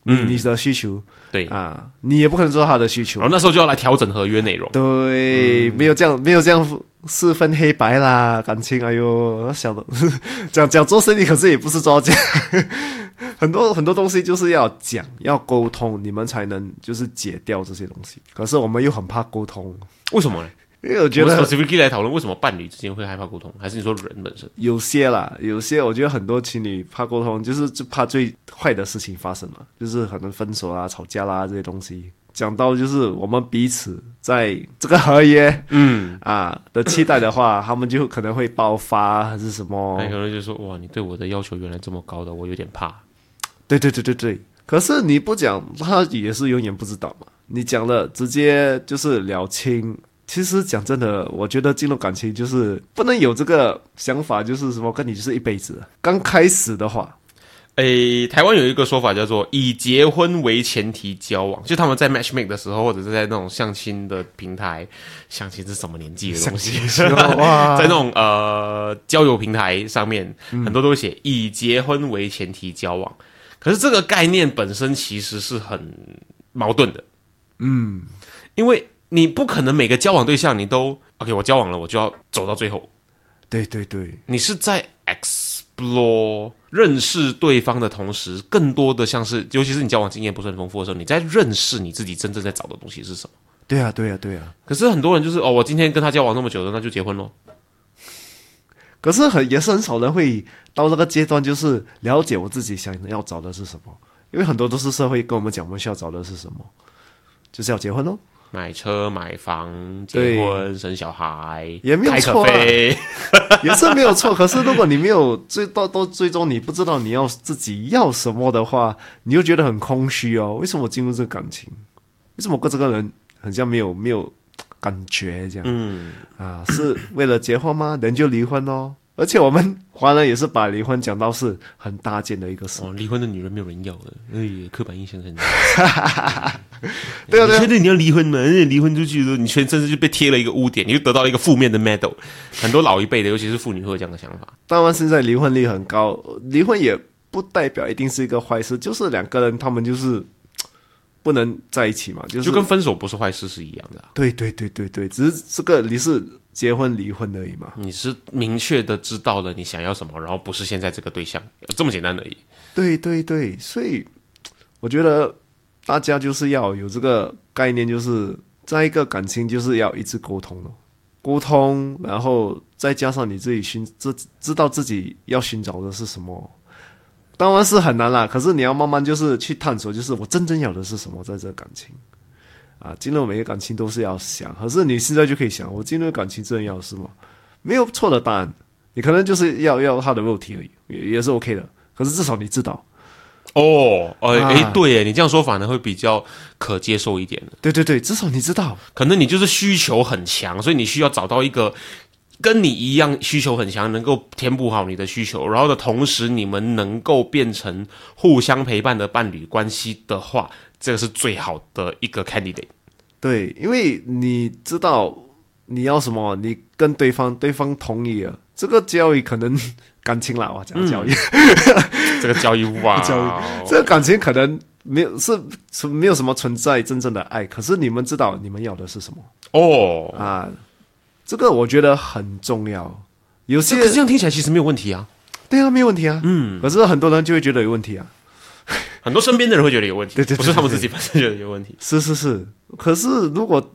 B: 嗯，你的需求
A: 对，
B: 啊，你也不可能做到他的需求
A: 然后，那时候就要来调整合约内容。
B: 对，没有这样没有这样四分黑白啦，感情，哎呦，想的 讲讲做生意，可是也不是做到这样， 很多很多东西就是要讲要沟通，你们才能就是解掉这些东西。可是我们又很怕沟通，
A: 为什么呢？
B: 因为我觉
A: 我们
B: 得
A: specifically 来讨论为什么伴侣之间会害怕沟通，还是你说人本身？
B: 有些啦，有些我觉得很多情侣怕沟通，就是就怕最坏的事情发生嘛，就是可能分手啦、啊吵架啦这些东西。讲到就是我们彼此在这个合约，嗯啊的期待的话，他们就可能会爆发还是什么
A: 那、？可能就说哇，你对我的要求原来这么高的，我有点怕。
B: 对对对对对。可是你不讲，他也是永远不知道嘛。你讲了，直接就是了清。其实讲真的，我觉得进入感情就是不能有这个想法，就是什么跟你就是一辈子。刚开始的话，
A: 诶，台湾有一个说法叫做以结婚为前提交往，就他们在 matchmake 的时候，或者是在那种相亲的平台，相亲是什么年纪的东西？
B: 哇，
A: 在那种呃交友平台上面，很多都会写以结婚为前提交往。可是这个概念本身其实是很矛盾的，嗯，因为你不可能每个交往对象你都 OK，我交往了我就要走到最后，
B: 对对对，
A: 你是在 explore 认识对方的同时，更多的像是，尤其是你交往经验不是很丰富的时候，你在认识你自己真正在找的东西是什么。
B: 对啊，对啊，对啊。
A: 可是很多人就是哦，我今天跟他交往那么久了，那就结婚咯。
B: 可是很也是很少人会到那个阶段，就是了解我自己想要找的是什么，因为很多都是社会跟我们讲我们需要找的是什么，就是要结婚哦。
A: 买车、买房、
B: 对
A: 结婚、生小孩，
B: 也没有
A: 开可
B: 错啊
A: 飞。
B: 也是没有错。可是如果你没有最到到最终你不知道你要自己要什么的话，你就觉得很空虚哦。为什么我进入这个感情？为什么我跟这个人很像没有没有感觉这样？
A: 嗯，
B: 啊，是为了结婚吗？人就离婚哦。而且我们华人也是把离婚讲到是很搭建的一个事。
A: 哦，离婚的女人没有人要的，哎，刻板印 象很。
B: 对啊对啊
A: 你确定你要离婚吗？而且离婚出去的时候，你全身就被贴了一个污点，你就得到了一个负面的 medal。很多老一辈的，尤其是妇女会有这样的想法。
B: 当然，现在离婚率很高，离婚也不代表一定是一个坏事，就是两个人他们就是嘖不能在一起嘛，就是
A: 就跟分手不是坏事是一样的啊、
B: 对对对对对，只是这个你是结婚离婚而已嘛。
A: 你是明确的知道了你想要什么，然后不是现在这个对象，这么简单而已。
B: 对对对，所以我觉得大家就是要有这个概念，就是在一个感情就是要一直沟通咯，沟通，然后再加上你自己寻知知道自己要寻找的是什么，当然是很难啦。可是你要慢慢就是去探索，就是我真正要的是什么，在这个感情。啊，进入每个感情都是要想，可是你现在就可以想，我进入感情真的要是吗？没有错的答案，你可能就是要要他的肉体而已，也也是 OK 的。可是至少你知道，
A: 哦，呃，
B: 啊
A: 诶，对耶，你这样说反而会比较可接受一点的。
B: 对对对，至少你知道，
A: 可能你就是需求很强，所以你需要找到一个跟你一样需求很强，能够填补好你的需求，然后的同时你们能够变成互相陪伴的伴侣关系的话，这个是最好的一个 candidate。
B: 对，因为你知道你要什么，你跟对方，对方同意了，这个交易可能感情啦，我讲交易，
A: 这个交易哇，
B: 交这个感情可能没有是是没有什么存在真正的爱，可是你们知道你们要的是什么
A: 哦，
B: 啊？这个我觉得很重要。有
A: 这
B: 些
A: 个这样听起来其实没有问题啊。
B: 对啊，没有问题啊，嗯，可是很多人就会觉得有问题啊。
A: 很多身边的人会觉得有问题，
B: 对对对
A: 不是他们自己本身觉得有问题。？
B: 是是是，可是如果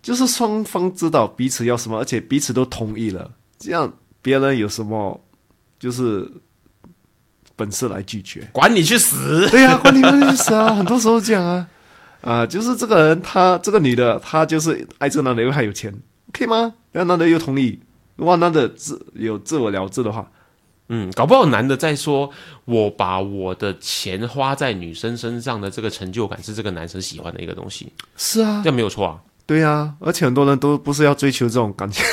B: 就是双方知道彼此要什么，而且彼此都同意了，这样别人有什么就是本事来拒绝
A: 管你去死！
B: 对呀、关你们事啊！很多时候这样啊， 啊、就是这个人，他这个女的，她就是爱这个男的，因为他有钱，可以吗？然后男的又同意，如果男的自有自我了知的话，
A: 嗯，搞不好男的在说，我把我的钱花在女生身上的这个成就感是这个男生喜欢的一个东西，
B: 是啊，
A: 这样没有错啊。
B: 对啊，而且很多人都不是要追求这种感觉，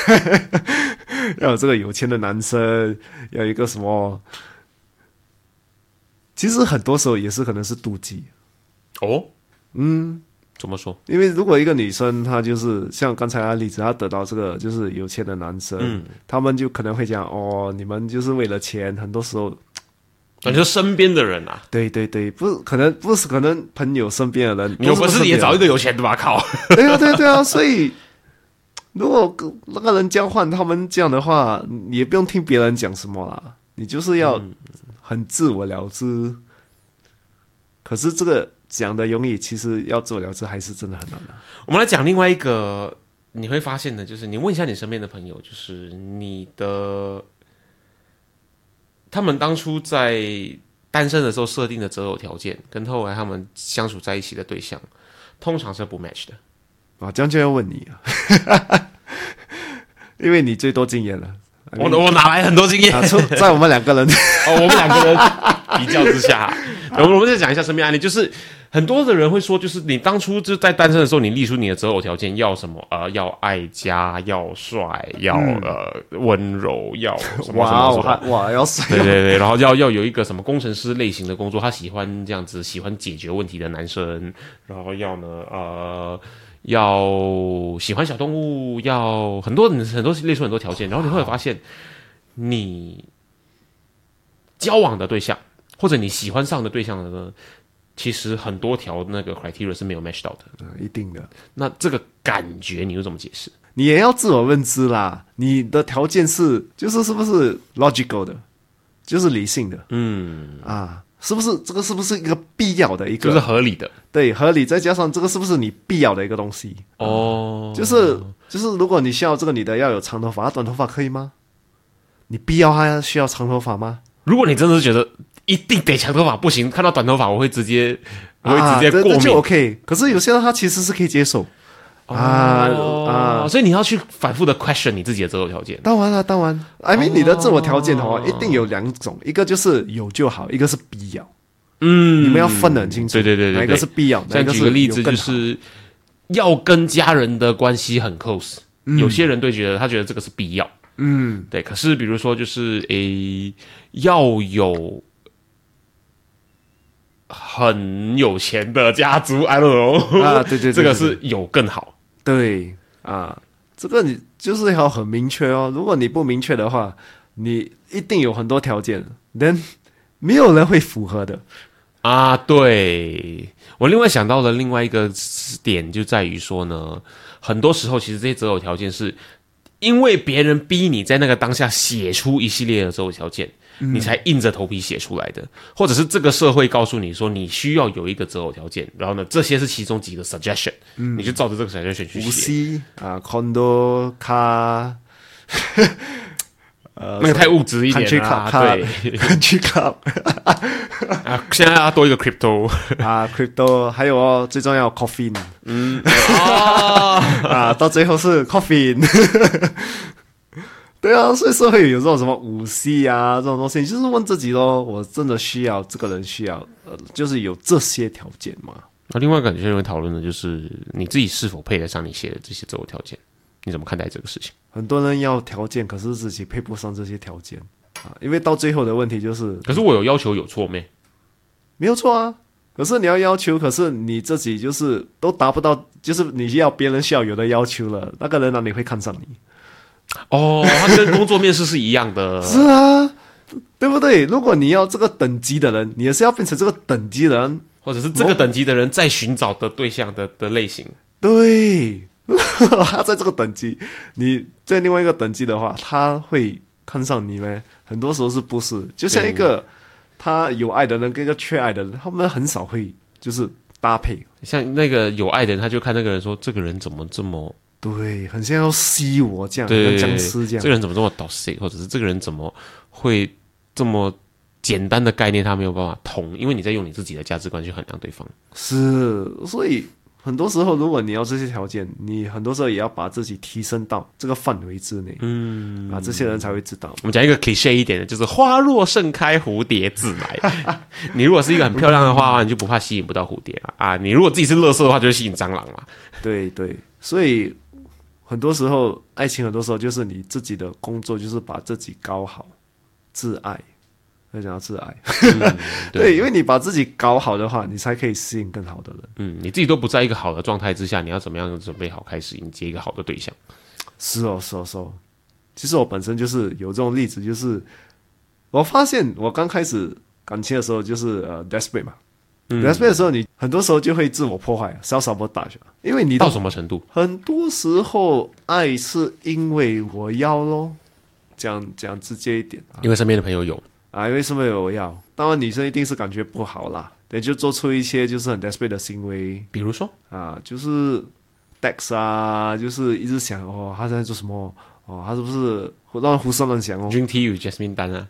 B: 要有这个有钱的男生，要有一个什么，其实很多时候也是可能是妒忌，
A: 哦，嗯，怎么说？
B: 因为如果一个女生她就是像刚才那例子，她得到这个就是有钱的男生，他们就可能会讲哦，你们就是为了钱，很多时候
A: 你说身边的人啊，
B: 对对对，不是可能不是可能朋友身边的人，
A: 你有本
B: 不是
A: 事也
B: 身边的人
A: 找一个有钱的吧？靠！
B: 对啊，对啊对啊，所以如果跟那个人交换，他们这样的话，你也不用听别人讲什么啦，你就是要
A: 嗯
B: 很自我了知。可是这个讲的容易，其实要自我了知还是真的很难的、
A: 我们来讲另外一个，你会发现的就是，你问一下你身边的朋友，就是你的，他们当初在单身的时候设定的择偶条件，跟后来他们相处在一起的对象，通常是不 match 的。
B: 啊。这样就要问你啊， 因为你最多经验了。
A: 我我哪来很多经验？
B: 啊，出在我们 两个人，
A: 哦，我们两个人比较之 下，我们我们再讲一下身边案例，就是很多的人会说，就是你当初就在单身的时候，你列出你的择偶条件，要什么？呃，要爱家，要帅，要、呃温柔，要什么什
B: 哇
A: 么什么。
B: 我还哇要死
A: 对对对，然后要要有一个什么工程师类型的工作，他喜欢这样子，喜欢解决问题的男生，然后要呢呃。要喜欢小动物，要很多很多列出很多条件，然后你会发现，你交往的对象或者你喜欢上的对象呢，其实很多条那个 criteria 是没有 match 到的。
B: 啊一定的。
A: 那这个感觉你又怎么解释？
B: 你也要自我认知啦。你的条件是，就是是不是 logical 的，就是理性的，嗯啊，是不是这个是不是一个必要的一
A: 就
B: 个、
A: 是合理的
B: 对合理，再加上这个是不是你必要的一个东西，
A: 哦，
B: 就是就是如果你需要这个女的要有长头发，她啊短头发可以吗？你必要她需要长头发吗？
A: 如果你真的是觉得一定得长头发不行，看到短头发我会直接，我会
B: 啊
A: 直接
B: 这
A: 过
B: 这就
A: 敏
B: OK。可是有些人他其实是可以接受，啊
A: 哦所以你要去反复的 question 你自己的择偶条件。
B: 当然了，当然，I mean 你的自我条件哦，一定有两种，一个就是有就好，一个是必要。
A: 嗯
B: 你们要分得很清楚，
A: 对对对对对
B: 哪一个是必要，哪
A: 再
B: 一个
A: 举
B: 是
A: 个例子，
B: 有更
A: 就
B: 好
A: 是要跟家人的关系很 close，、有
B: 嗯
A: 些人对觉得他觉得这个是必要，嗯，对。可是比如说就是诶、要有很有钱的家族，I don't know，
B: 啊， 对对，对
A: 这个是有更好。
B: 对啊，这个你就是要很明确哦。如果你不明确的话，你一定有很多条件，但没有人会符合的。
A: 啊，对我另外想到的另外一个点就在于说呢，很多时候其实这些择偶条件是因为别人逼你在那个当下写出一系列的择偶条件，
B: 嗯
A: 你才硬着头皮写出来的，或者是这个社会告诉你说你需要有一个择偶条件，然后呢，这些是其中几个 suggestion，、你就照着这个 suggestion 去
B: 嗯无
A: 写，
B: 锡啊，condo 卡，呃
A: 那个太物质一点
B: country
A: 啦、
B: club 卡
A: 对
B: ，country club
A: 啊，现在要多一个 crypto
B: 啊，crypto，还有哦，最重要 coffin
A: 哦，
B: 啊，到最后是 coffin。对啊，所以社会有这种什么五 C 啊，这种东西，你就是问自己咯，我真的需要这个人需要，呃，就是有这些条件吗？
A: 那另外一个很多人会讨论的就是你自己是否配得上你写的这些择偶条件，你怎么看待这个事情？
B: 很多人要条件，可是自己配不上这些条件啊，因为到最后的问题就是
A: 可是我有要求有错没？
B: 没有错啊，可是你要要求，可是你自己就是都达不到，就是你要别人校友的要求了，那个人哪里会看上你？
A: 哦，它跟工作面试是一样 的。
B: 是啊，对不对？如果你要这个等级的人，你也是要变成这个等级的人，
A: 或者是这个等级的人在寻找的对象的的类型，
B: 对， 他在这个等级，你在另外一个等级的话，他会看上你吗？很多时候是不是？就像一个他有爱的人跟一个缺爱的人，他们很少会就是搭配，
A: 像那个有爱的人，他就看那个人说，这个人怎么这么
B: 对，很像要吸我这样，
A: 对
B: 跟僵尸这
A: 这
B: 样，
A: 个人怎么这么 toxic，或者是这个人怎么会这么简单的概念他没有办法通，因为你在用你自己的价值观去衡量对方。
B: 是，所以。很多时候，如果你要这些条件，你很多时候也要把自己提升到这个范围之内，嗯，啊，这些人才会知道。
A: 我们讲一个 cliche 一点的，就是花若盛开，蝴蝶自来。 你如果是一个很漂亮的花，你就不怕吸引不到蝴蝶啊啊！你如果自己是乐色的话，就会吸引蟑螂嘛。
B: 对对，所以很多时候，爱情很多时候就是你自己的工作，就是把自己搞好，自爱。要讲到自爱， 对，因为你把自己搞好的话，你才可以吸引更好的人。
A: 嗯，你自己都不在一个好的状态之下，你要怎么样准备好开始迎接一个好的对象？
B: 是哦，是哦，是哦。其实我本身就是有这种例子，就是我发现我刚开始感情的时候，就是呃，desperate 嘛、desperate 的时候，你很多时候就会自我破坏，self 啊 sabotage，因为你
A: 到
B: 的
A: 什么程度？
B: 很多时候爱是因为我要咯，讲讲直接一点啊
A: 因为身边的朋友有，
B: 啊，因为是因为我要，当然女生一定是感觉不好啦，也就做出一些就是很 desperate 的行为
A: 比如说，
B: 啊，就是 dex 啊，就是一直想哦，他在做什么哦，他是不是胡乱胡思乱想哦？
A: 军 T 与 Jasmine 丹啊，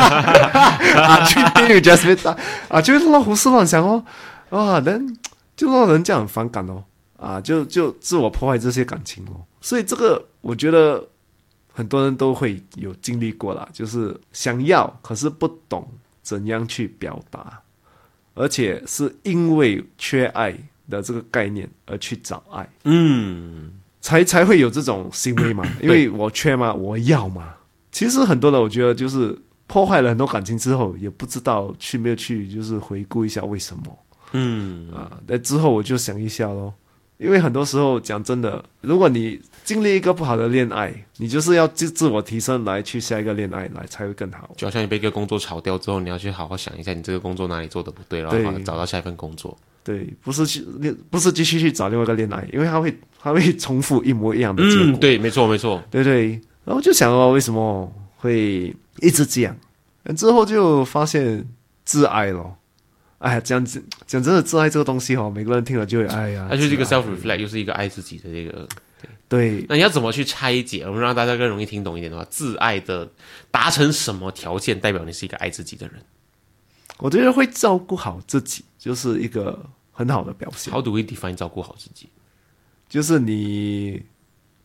B: 啊，去地狱 Jasmine 啊啊，就会乱胡思乱想哦，啊，人就让人这样很反感哦，啊，就就自我破坏这些感情哦，所以这个我觉得很多人都会有经历过啦，就是想要可是不懂怎样去表达，而且是因为缺爱的这个概念而去找爱，
A: 嗯，
B: 才才会有这种行为嘛，因为我缺嘛，我要嘛。其实很多人我觉得就是破坏了很多感情之后，也不知道去没有去，就是回顾一下为什么。嗯啊，那之后我就想一下咯，因为很多时候讲真的，如果你经历一个不好的恋爱，你就是要自自我提升来去下一个恋爱来才会更好。
A: 就好像你被一个工作炒掉之后，你要去好好想一下你这个工作哪里做的不对，然后
B: 对
A: 好好找到下一份工作。
B: 对，不是去不是继续去找另外一个恋爱，因为它会它会重复一模一样的结果。
A: 对，嗯没错，没错。
B: 对对，然后就想哦，为什么会一直这样？之后就发现自爱咯。哎呀，讲真讲真的，自爱这个东西哦，每个人听了就会哎呀，
A: 它就是一个
B: 自爱
A: self reflect，又是一个爱自己的这个。
B: 对
A: 那你要怎么去拆解？我们让大家更容易听懂一点的话，自爱的达成什么条件，代表你是一个爱自己的人
B: 我觉得会照顾好自己就是一个很好的表现，
A: ？How do we define 照顾好自己？
B: 就是你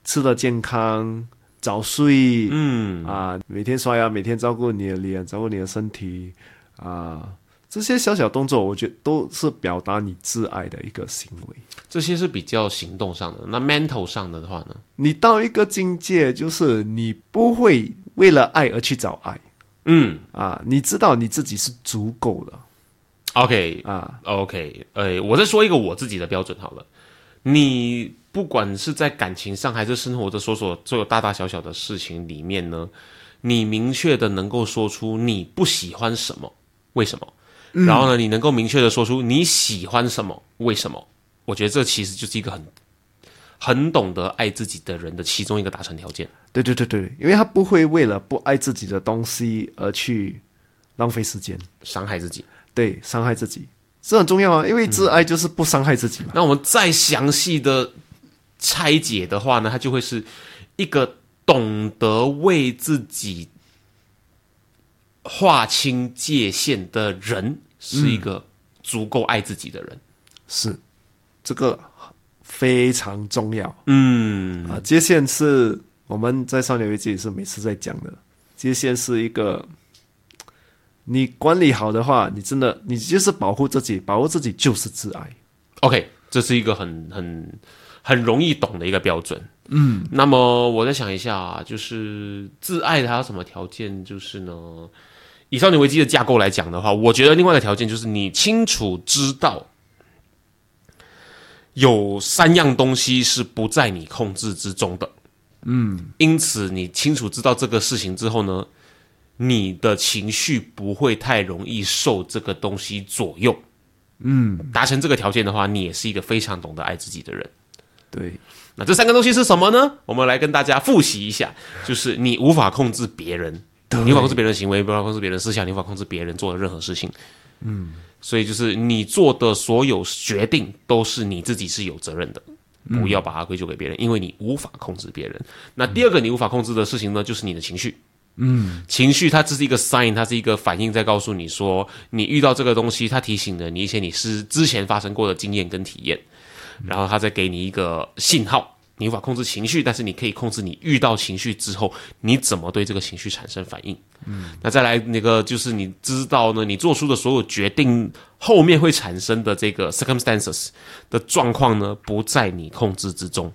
B: 吃的健康，早睡，
A: 嗯，
B: 啊，每天刷牙，每天照顾你的脸，照顾你的身体啊，这些小小动作，我觉得都是表达你自爱的一个行为。
A: 这些是比较行动上的。那 mental 上的话呢？
B: 你到一个境界，就是你不会为了爱而去找爱
A: 嗯
B: 啊，你知道你自己是足够的
A: ，OK，
B: 啊，
A: OK，呃，我再说一个我自己的标准好了。你不管是在感情上，还是生活的所所所有大大小小的事情里面呢，你明确的能够说出你不喜欢什么，为什么？然后呢，你能够明确的说出你喜欢什么，为什么？我觉得这其实就是一个很很懂得爱自己的人的其中一个达成条件。
B: 对对对对，因为他不会为了不爱自己的东西而去浪费时间，
A: 伤害自己。
B: 对，伤害自己，这很重要啊，因为自爱就是不伤害自己嘛。
A: 那我们再详细的拆解的话呢，它就会是一个懂得为自己划清界限的人，是一个足够爱自己的人。
B: 是，这个非常重要
A: 嗯，
B: 啊！界限是我们在少年危机也是每次在讲的，界限是一个，你管理好的话，你真的你就是保护自己，保护自己就是自爱。
A: OK，这是一个很很很容易懂的一个标准。嗯，那么我再想一下啊，就是自爱它有什么条件？就是呢，以少年危机的架构来讲的话，我觉得另外一个条件就是你清楚知道有三样东西是不在你控制之中的。嗯，因此你清楚知道这个事情之后呢，你的情绪不会太容易受这个东西左右。嗯，达成这个条件的话，你也是一个非常懂得爱自己的人。
B: 对，
A: 那这三个东西是什么呢？我们来跟大家复习一下，就是你无法控制别人，你无法控制别人的行为，无法控制别人的思想，你无法控制别人做的任何事情。嗯，所以就是你做的所有决定都是你自己是有责任的，不要把它归咎给别人，因为你无法控制别人。那第二个你无法控制的事情呢，就是你的情绪。情绪它只是一个 sign，它是一个反应，在告诉你说，你遇到这个东西，它提醒了你一些你是之前发生过的经验跟体验，然后它再给你一个信号，你无法控制情绪，但是你可以控制你遇到情绪之后，你怎么对这个情绪产生反应。嗯，那再来那个就是你知道呢，你做出的所有决定后面会产生的这个 circumstances 的状况呢，不在你控制之中。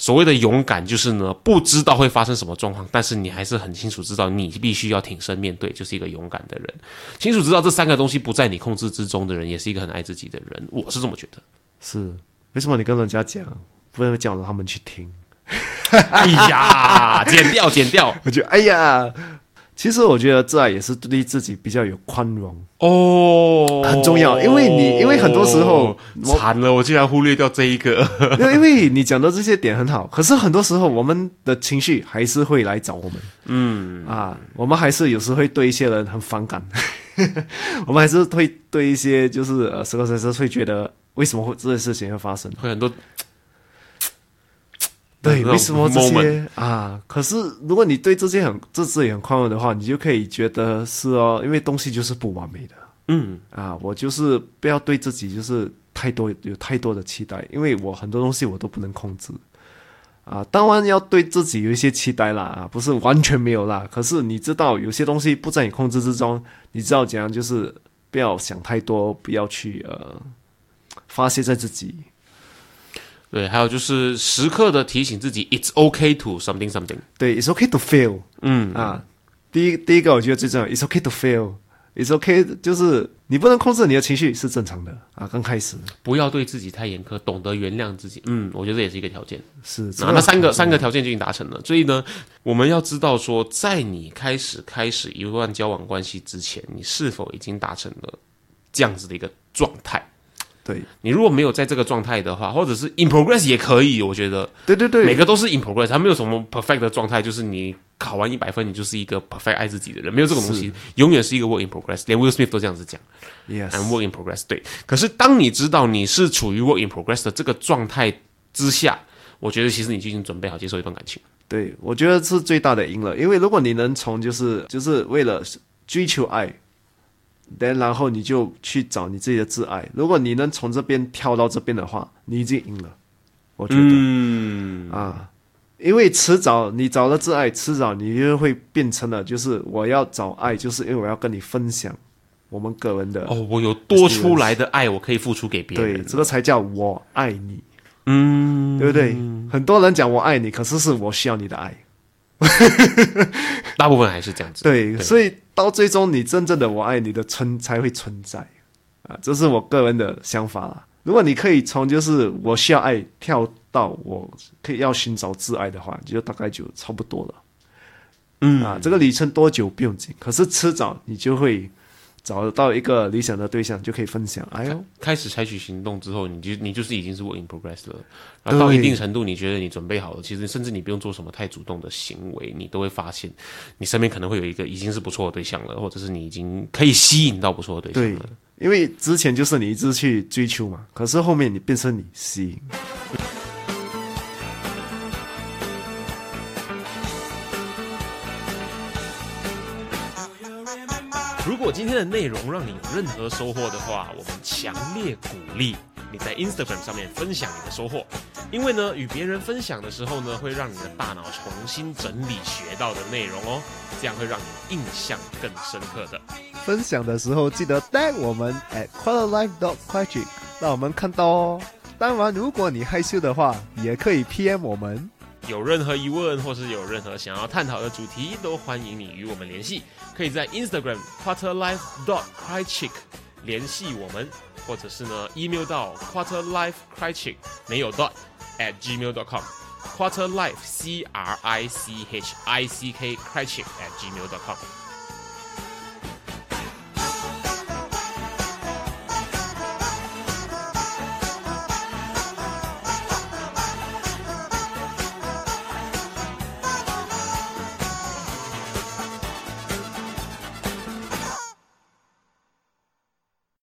A: 所谓的勇敢，就是呢，不知道会发生什么状况，但是你还是很清楚知道你必须要挺身面对，就是一个勇敢的人。清楚知道这三个东西不在你控制之中的人，也是一个很爱自己的人。我是这么觉得。
B: 是为什么你跟人家讲，不能叫他们去听？
A: 哎呀，剪掉，剪掉。
B: 我觉得哎呀，其实我觉得这也是对自己比较有宽容。
A: 哦，
B: 很重要因为你因为很多时候我
A: 惨了，我竟然忽略掉这一个。
B: 因为因为你讲的这些点很好，可是很多时候我们的情绪还是会来找我们。嗯啊，我们还是有时会对一些人很反感， 我们还是会对一些就是呃，时刻时刻会觉得为什么会这些事情会发生？
A: 会很多
B: 对，
A: 那种
B: 为什么这
A: moment
B: 些啊？可是如果你对这些很这自己很宽容的话，你就可以觉得是哦，因为东西就是不完美的。
A: 嗯
B: 啊，我就是不要对自己就是太多有太多的期待，因为我很多东西我都不能控制。啊，当然要对自己有一些期待啦，啊，不是完全没有啦。可是你知道有些东西不在你控制之中，你知道怎样就是不要想太多，不要去呃发泄在自己。
A: 对，还有就是时刻的提醒自己，it's okay to something something。
B: 对，it's okay to fail。
A: 嗯
B: 啊，第一第一个我觉得最重要，it's okay to fail，it's okay 就是你不能控制你的情绪是正常的啊，刚开始
A: 不要对自己太严苛，懂得原谅自己。嗯，我觉得这也是一个条件。
B: 是。这
A: 那那三个
B: 很重
A: 三
B: 要
A: 个条件就已经达成了，所以呢，我们要知道说，在你开始开始一段交往关系之前，你是否已经达成了这样子的一个状态？
B: 对
A: 你如果没有在这个状态的话，或者是 in progress 也可以，我觉得
B: 对对对，
A: 每个都是 in progress，它没有什么 perfect 的状态，就是你考完一百分，你就是一个 perfect 爱自己的人，没有这种东西，永远是一个 work in progress，连 Will Smith 都这样子讲。
B: Yes，
A: and work in progress。对，可是当你知道你是处于 work in progress 的这个状态之下，我觉得其实你就已经准备好接受一段感情。
B: 对，我觉得是最大的赢了，因为如果你能从就是就是为了追求爱，但然后你就去找你自己的挚爱，如果你能从这边跳到这边的话，你已经赢了，我觉得、
A: 嗯，
B: 啊，因为迟早你找了挚爱，迟早你就会变成了就是我要找爱，就是因为我要跟你分享我们个人的，
A: 哦，我有多出来的爱，我可以付出给别
B: 对，
A: 人。
B: 这个才叫我爱你，
A: 嗯，
B: 对不对？很多人讲我爱你，可是是我需要你的爱。
A: 大部分还是这样子。
B: 对，所以到最终，你真正的“我爱你”的存才会存在啊，这是我个人的想法啦。如果你可以从就是我需要爱跳到我可以要寻找挚爱的话，就大概就差不多了。
A: 嗯
B: 啊，这个里程多久不用紧，可是迟早你就会找到一个理想的对象，就可以分享。哎呦，
A: 开始采取行动之后，你就你就是已经是 work in progress 了。然后到
B: 对
A: 一定程度，你觉得你准备好了，其实甚至你不用做什么太主动的行为，你都会发现你身边可能会有一个已经是不错的对象了，或者是你已经可以吸引到不错的对象
B: 对
A: 了。，
B: 因为之前就是你一直去追求嘛，可是后面你变成你吸引。
A: 如果今天的内容让你有任何收获的话，我们强烈鼓励你在 Instagram 上面分享你的收获，因为呢，与别人分享的时候呢，会让你的大脑重新整理学到的内容哦，这样会让你印象更深刻的。
C: 分享的时候记得 tag 我们 at qualilife dot quatric，让我们看到哦。当然，如果你害羞的话，也可以 PM 我们。
A: 有任何疑问或是有任何想要探讨的主题，都欢迎你与我们联系，可以在 Instagram quarterlife dot crychick 联系我们，或者是呢 email 到 quarterlife crychick 没有 dot at gmail dot com。quarterlife c r i c h i c k crychick at gmail dot com。